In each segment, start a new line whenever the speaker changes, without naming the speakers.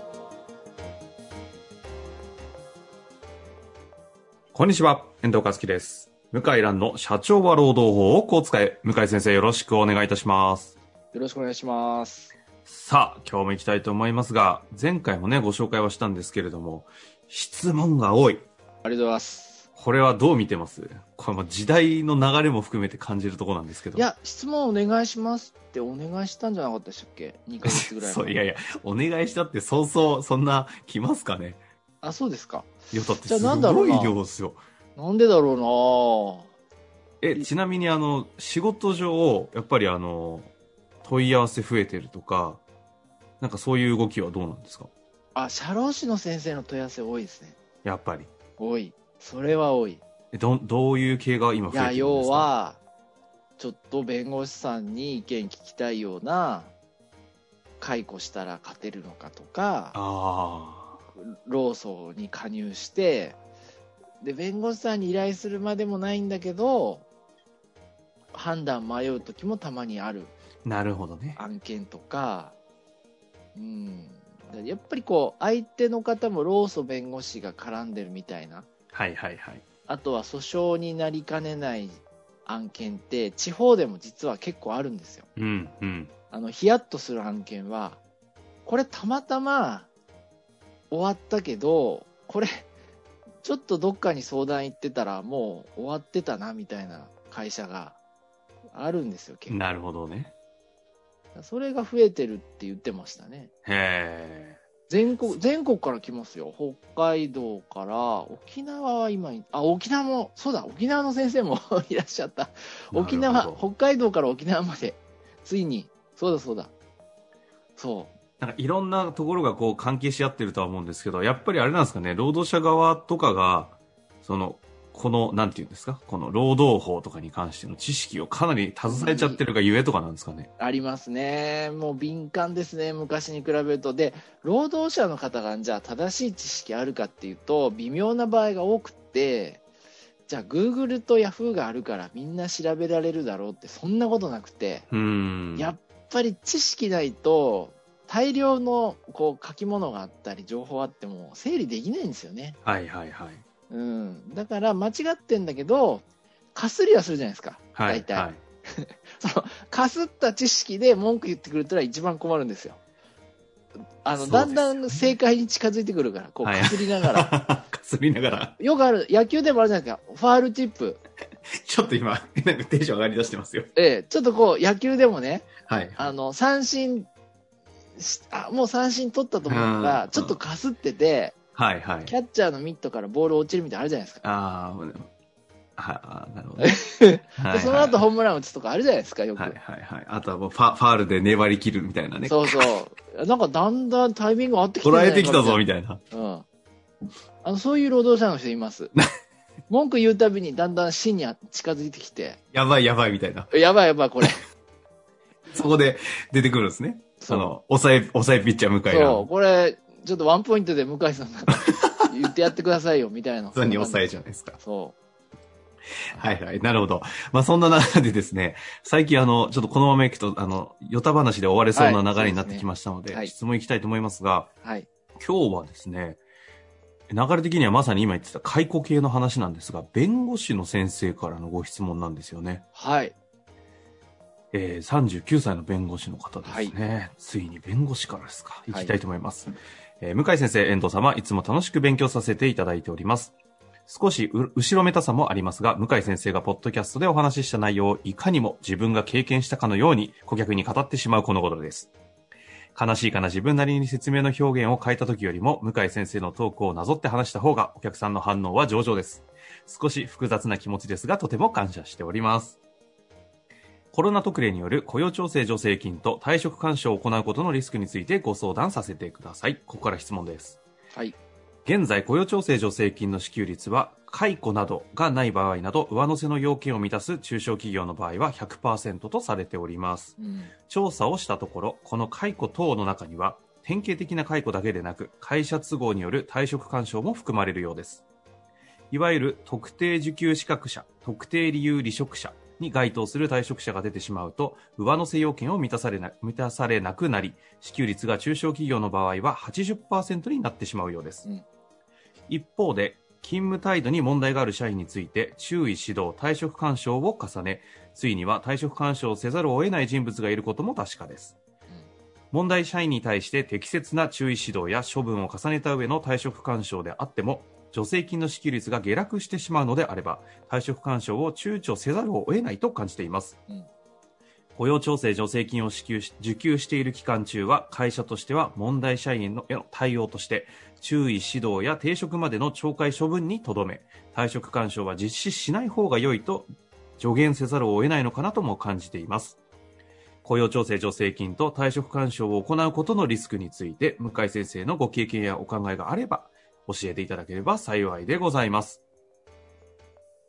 こんにちは、遠藤和樹です。向井蘭の社長は労働法をこう使え。向井先生よろしくお願いいたします。
よろしくお願いします。
さあ、今日も行きたいと思いますが、前回もね、ご紹介はしたんですけれども、質問が多い。
ありがとうございます。
これはどう見てますこれも時代の流れも含めて感じるところなんですけど。
いや、質問お願いしますってお願いしたんじゃなかったでしたっけ ?2 ヶ月ぐら い
そう、い
前。
やいや、お願いしたってそうそう、そんな来ますかね
あ、そうですか。
いや、だって
じゃあ
す
なんだろ
ご
うない
量ですよ。
なんでだろ
え、ちなみにあの、仕事上、やっぱりあの、問い合わせ増えてるとか、なんかそういう動きはどうなんですか
うなあ、社労士の先生の問い合わせ多いですね。
やっぱり。
多い。それは多い。
えどんどういう系が今増
い
えてるん
や、
ですか
要は、ちょっと弁護士さんに意見聞きたいような、解雇したら勝てるのかとか、
あ
労組に加入してで弁護士さんに依頼するまでもないんだけど判断迷う時もたまにある
あなるほどね
案件とかうんやっぱりこう相手の方も労組弁護士が絡んでるみたいな
はいはいはい
あとは訴訟になりかねない案件って地方でも実は結構あるんですよ
うんうん
あのヒヤッとする案件はこれたまたま終わったけどこれちょっとどっかに相談行ってたらもう終わってたなみたいな会社があるんですよ結構
なるほどね
それが増えてるって言ってましたね
へえ
全国全国から来ますよ北海道から沖縄は今いあ沖縄もそうだ沖縄の先生も いらっしゃった沖
なる
縄
ほど
北海道から沖縄までついにそうだそうだそう
なんかいろんなところがこう関係し合ってるとは思うんですけどやっぱりあれなんですかね労働者側とかがそのこのなんていうんですかこの労働法とかに関しての知識をかなり携えちゃってるがゆえとかなんですかね
ありますね。もう敏感ですね。昔に比べると。で、労働者の方がじゃあ正しい知識あるかっていうと、微妙な場合が多くって、じゃあ Google と Yahoo があるからみんな調べられるだろうって、そんなことなくて、
うーん
やっぱり知識ないと、大量のこう書き物があったり、情報あっても整理できないんですよね。
はいはいはい
うん。だから間違ってんだけど、かすりはするじゃないですか。
はい
大体
はい
そのかすった知識で文句言ってくれたら一番困るんですよ。あ
そうですよ
のだ
ね
んだん正解に近づいてくるから、こう
はい
かすりながら、
かすりながら
よくある、野球でもあるじゃないですか、ファールチップ、
ちょっと今なんかテンション上がりだしてますよ
ええ、ちょっとこう、野球でもね、
はい
あの三振しあ、もう三振取ったと思った
う
ら
ん、
ちょっとかすってて、
はいはい
キャッチャーのミットからボール落ちるみたいなのあるじゃないですか、
あーあ、あなるほどね。 は
でその後
は
ホームラン打つとかあるじゃないですか、よ
い
く。
はいはい。あとはもうファファールで粘り切るみたいなね。
そうそう、なんかだんだんタイミング合ってきてんじ
捉
ゃない
え
か
てきたぞ
み
みたいな。
うんあのそういう労働者の人い ます。文句言うたびにだんだん死に近づいてきて、
やばいやばいみたいな。
やばいやばいこれ。
そこで出てくるんですね。そ
そう。
の、抑え、抑えピッチャー向井
そう、
が。
これ、ちょっとワンポイントで向井さんなんか言ってやってくださいよ、みたいな。
普通に抑えじゃないですか。
そ
はいはい。なるほど。まあそんな中でですね、最近あの、ちょっとこのままいくと、あの、ヨタ話で終われそうな流れになってきましたので、
はいそうですねはい
質問いきたいと思いますが、
う。はい。
今日はですね、流れ的にはまさに今言ってた解雇系の話なんですが、弁護士の先生からのご質問なんですよね。
はい。
えー、39歳の弁護士の方ですね。ついに弁護士からですか。いきたいと思います。えー向井先生、遠藤様、いつも楽しく勉強させていただいております。少しう後ろめたさもありますが、向井先生がポッドキャストでお話しした内容をいかにも自分が経験したかのように顧客に語ってしまうこのことです。悲しいかな自分なりに説明の表現を変えた時よりも、向井先生のトークをなぞって話した方がお客さんの反応は上々です。少し複雑な気持ちですが、とても感謝しております。コロナ特例による雇用調整助成金と退職勧奨を行うことのリスクについてご相談させてください。ここから質問です。
はい。
現在、雇用調整助成金の支給率は、解雇などがない場合など、上乗せの要件を満たす中小企業の場合は100%とされております。
うん
調査をしたところ、この解雇等の中には、典型的な解雇だけでなく、会社都合による退職勧奨も含まれるようです。いわゆる特定受給資格者、特定理由離職者に該当する退職者が出てしまうと、上乗せ要件を満たされな満たされなくなり、支給率が中小企業の場合は80%になってしまうようです。
うん
一方で、勤務態度に問題がある社員について、注意指導、退職勧奨を重ね、ついには退職勧奨をせざるを得ない人物がいることも確かです。問題社員に対して適切な注意指導や処分を重ねた上の退職勧奨であっても、助成金の支給率が下落してしまうのであれば、退職勧奨を躊躇せざるを得ないと感じています。
うん
雇用調整助成金を支給し受給している期間中は、会社としては問題社員へのへの対応として、注意指導や停職までの懲戒処分にとどめ、退職勧奨は実施しない方が良いと助言せざるを得ないのかなとも感じています。雇用調整助成金と退職勧奨を行うことのリスクについて、向井先生のご経験やお考えがあれば、教えていただければ幸いでございます。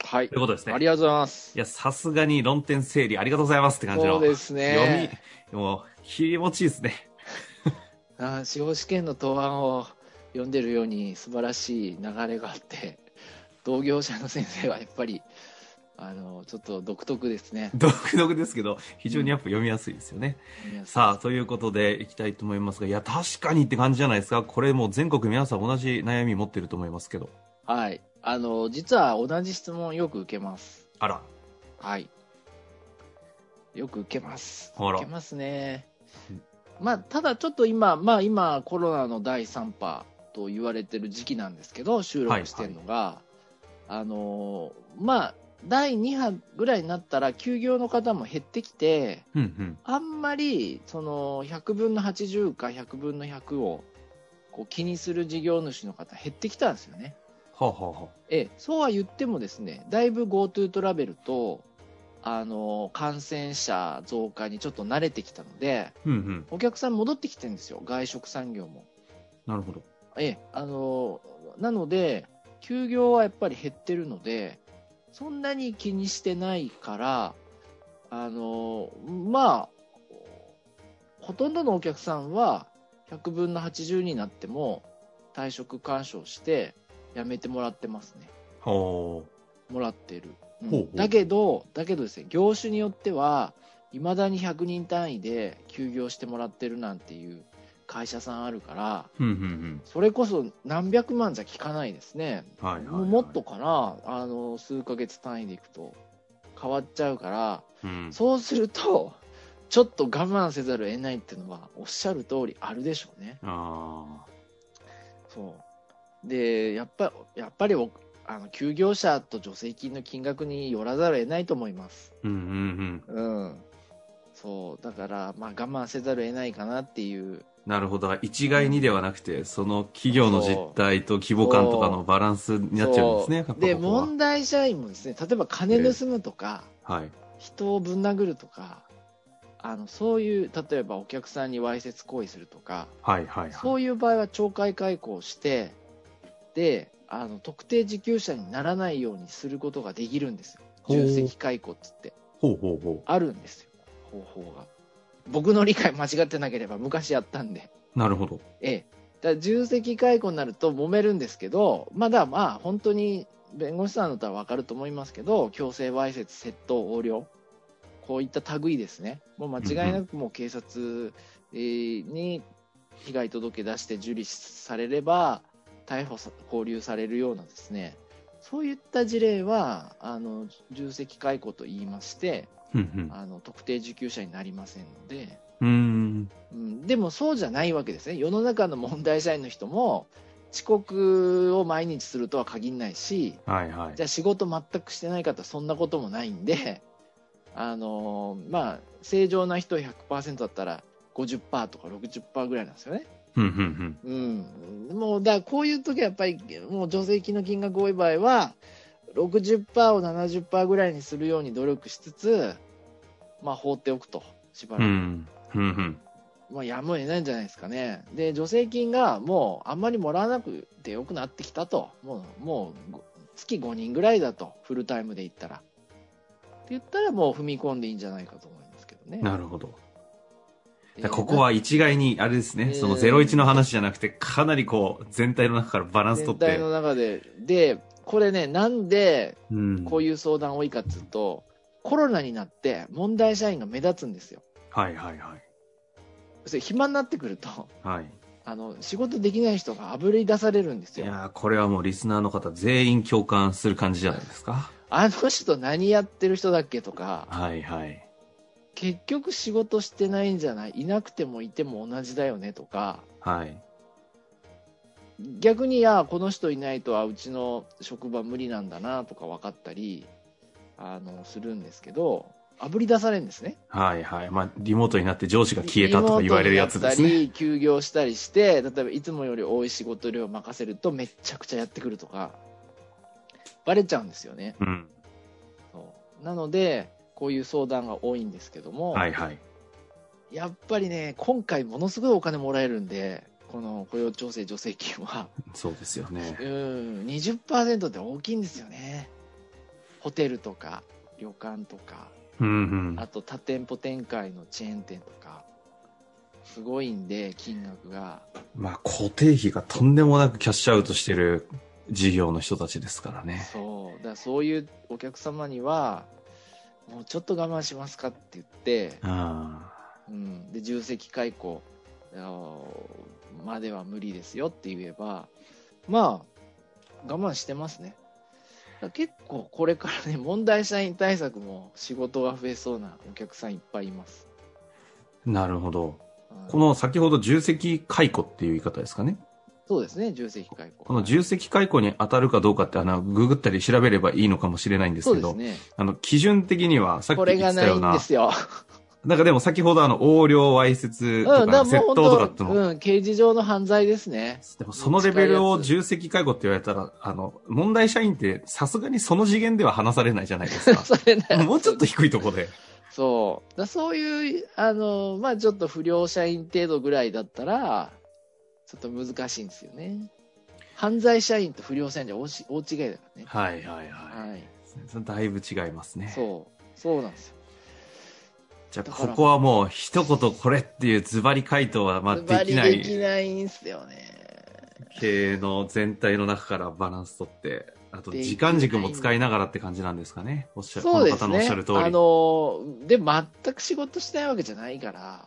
はい
という。ことですね。
ありがとうございます。
いや、さすがに論点整理ありがとうございますって感じの。
そうですね。
読み、もう、気持ちいいですね。
あー司法試験の答案を読んでるように素晴らしい流れがあって、同業者の先生はやっぱり、あの、ちょっと独特ですね。
独特ですけど、非常にやっぱ読みやすいですよね。
皆さん
さあ、ということで、いきたいと思いますが、いや、確かにって感じじゃないですか。これもう全国皆さん同じ悩み持ってると思いますけど。
はい。あの、実は同じ質問よく受けます。
あら、
はい。よく受けます。
あら
受けますね
うん。
まあ、ただちょっと今、まあ今、コロナの第3波と言われてる時期なんですけど、収録してるのが、あのー、まあ、第2波ぐらいになったら休業の方も減ってきて、
うんうん。
あんまり、その、100分の80か100分の100を、こう気にする事業主の方減ってきたんですよね。
はあ、はあは
ええ、そうは言ってもですね、だいぶ GoTo トラベルと、あの、感染者増加にちょっと慣れてきたので、
あ、うんうん。
お客さん戻ってきてるんですよ、外食産業も。
なるほど。
ええ、あの、なので、休業はやっぱり減ってるので、そんなに気にしてないから、あの、まあ、ほとんどのお客さんは、100分の80になっても、退職勧奨して、辞めてもらってますね。
は
もらってる、うん
ほうほう
だけどだけどですね業種によってはいまだに100人単位で休業してもらってるなんていう会社さんあるから
あ。うんうん
それこそ何百万じゃ効かないですね、
うん。はい、はいはい。
もうもっと。かなあの数ヶ月単位でいくと変わっちゃうから
うん。
そうするとちょっと我慢せざるを得ないっていうのはおっしゃる通りあるでしょうね
あ
そう。で、やっぱ、やっぱりおあの、休業者と助成金の金額によらざるを得ないと思います
あ。。うんうんうん。
うん。そう。だから、まあ、我慢せざるを得ないかなっていう。
なるほど。一概にではなくて、その企業の実態と規模感とかのバランスになっちゃうんですね。やっぱこ
そう
こ
で、
は
問題社員もですね、例えば金盗むとか、
はい。
人をぶん殴るとか、あの、そういう、例えばお客さんにわいせつ行為するとか、
はいはいは
そういう場合は懲戒解雇をして、で、あの特定受給者にならないようにすることができるんですよ。
ほう
重責解雇っつって。
い。ほうほうほ
あるんですよ、方法が。僕の理解間違ってなければ昔やったんで。
う。なるほど。
ええ。だから重責解雇になると揉めるんですけど、まあだからまあ本当に弁護士さんだったらわかると思いますけど、強制わいせつ、窃盗、横領。こういった類ですね。もう間違いなくもう警察えーに被害届出して受理されれば、逮捕さ、拘留されるようなですね、そういった事例は、あの、重責解雇と言いまして、
うん
あの特定受給者になりませんので、
うん。うーん。
うん、でもそうじゃないわけですね、世の中の問題社員の人も、遅刻を毎日するとは限らないし、
はいはい
じゃ。あ仕事全くしてない方、そんなこともないんで、あのーまあ、正常な人100%だったら50%とか60%ぐらいなんですよね。
うんうんうん。
うん、もうだからこういう時はやっぱりもう助成金の金額多い場合は60%を70%ぐらいにするように努力しつつまあ、放っておくと、しば
う
らく。
ん。うんうん。
まあ、やむを得ないんじゃないですかね。で、助成金がもうあんまりもらわなくてよくなってきたと。もう、もう、ご月5人ぐらいだと、フルタイムで言ったら。って言ったらもう踏み込んでいいんじゃないかと思いますけどね。
なるほど。
で
だからここは一概に、あれですね、その01の話じゃなくて、かなりこう、全体の中からバランス取
全
って
体、の中で。で、これね、なんで
うん。
こういう相談多いかっていうと、コロナになって問題社員が目立つんですよ。
はいはいはい。
それ暇になってくると、
はい。
あの、仕事できない人があぶり出されるんです
い
よ。
やーこれはもうリスナーの方全員共感する感じじゃないですか。
あの人何やってる人だっけとか、
はいはい。
結局仕事してないんじゃないいなくてもいても同じだよねとか
はい。
逆にいやこの人いないとはうちの職場無理なんだなとか分かったりあのするんですけどあぶり出されるんですね
はいはい。まあ、リモートになって上司が消えたとか言われるやつです
リモート
ね。
になったり休業したりして例えばいつもより多い仕事量を任せるとめっちゃくちゃやってくるとかバレちゃうんですよね
うん。
そうなのでこういう相談が多いんですけども、
はいはい。
やっぱりね、今回ものすごいお金もらえるんで、この雇用調整助成金は、
そうですよね
う。ん、20%って大きいんですよね。ホテルとか、旅館とか、
うんうん
あ。と多店舗展開のチェーン店とか、すごいんで、金額が。
まあ、固定費がとんでもなくキャッシュアウトしてる事業の人たちですからね。
そう、だからそういうお客様には、もうちょっと我慢しますかって言って、
あ
うん、で重責解雇あのまでは無理ですよって言えばまあ我慢してますねだから結構これからね問題社員対策も仕事が増えそうなお客さんいっぱいいます、
あ、なるほど。
うん
この先ほど重責解雇っていう言い方ですかね。
そうですね重責解雇
この重責解雇に当たるかどうかって、あの、ググったり調べればいいのかもしれないんです
そう
け
で
ど、
すね
あの、基準的には、さっき
こ
言
れ
っ
が
てた
な
よ
いうん
な
で、すよ。
なんかでも先ほどあの、横領、わいせつとか、
だら
窃
も
盗とかって
う
の
本当、うん、刑事上の犯罪ですね。
でもそのレベルを
使いやすい
重責解雇って言われたら、あの、問題社員ってさすがにその次元では話されないじゃないですか。
それね
もうちょっと低いとこで。
そう。だそういう、あの、まあちょっと不良社員程度ぐらいだったら、ちょっと難しいんですよね。犯罪社員と不良社員じゃ大し大違いだからね。
はいはい
はい。
はい。だいぶ違いますね。
そう。そうなんですよ。
じゃあ
だか
こ
ら
こはもう一言これっていうズバリ回答はまあ
ズバ
で
リ
きな
でき
い
ないんですよね。
系の全体の中からバランス取って、あと
できない
時間軸も使いながらって感じなんですかね。おっしゃる、こ
そう
の
です
方のおっ
ね。
しゃる通り。
あの、で、全く仕事してないわけじゃないから、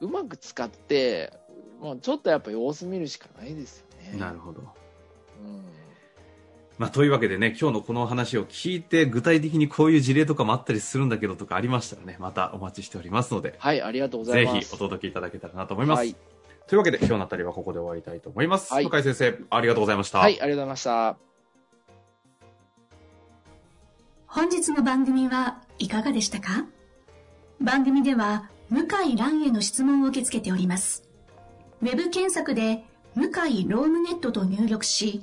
うまく使って、もうちょっとやっぱ様子見るしかないですよね。
なるほど。
うん
まあ、というわけでね、今日のこのお話を聞いて、具体的にこういう事例とかもあったりするんだけどとかありましたらね、またお待ちしておりますので、
はい、ありがとうござ
ぜ
います。
ひお届けいただけたらなと思います。
はい
というわけで、今日のあたりはここで終わりたいと思います。
はい
向井先生、ありがとうございました。
はい、ありがとうございました。
本日の番組はいかがでしたか番組では向井蘭への質問を受け付けております。ウェブ検索で向井ロームネットと入力し、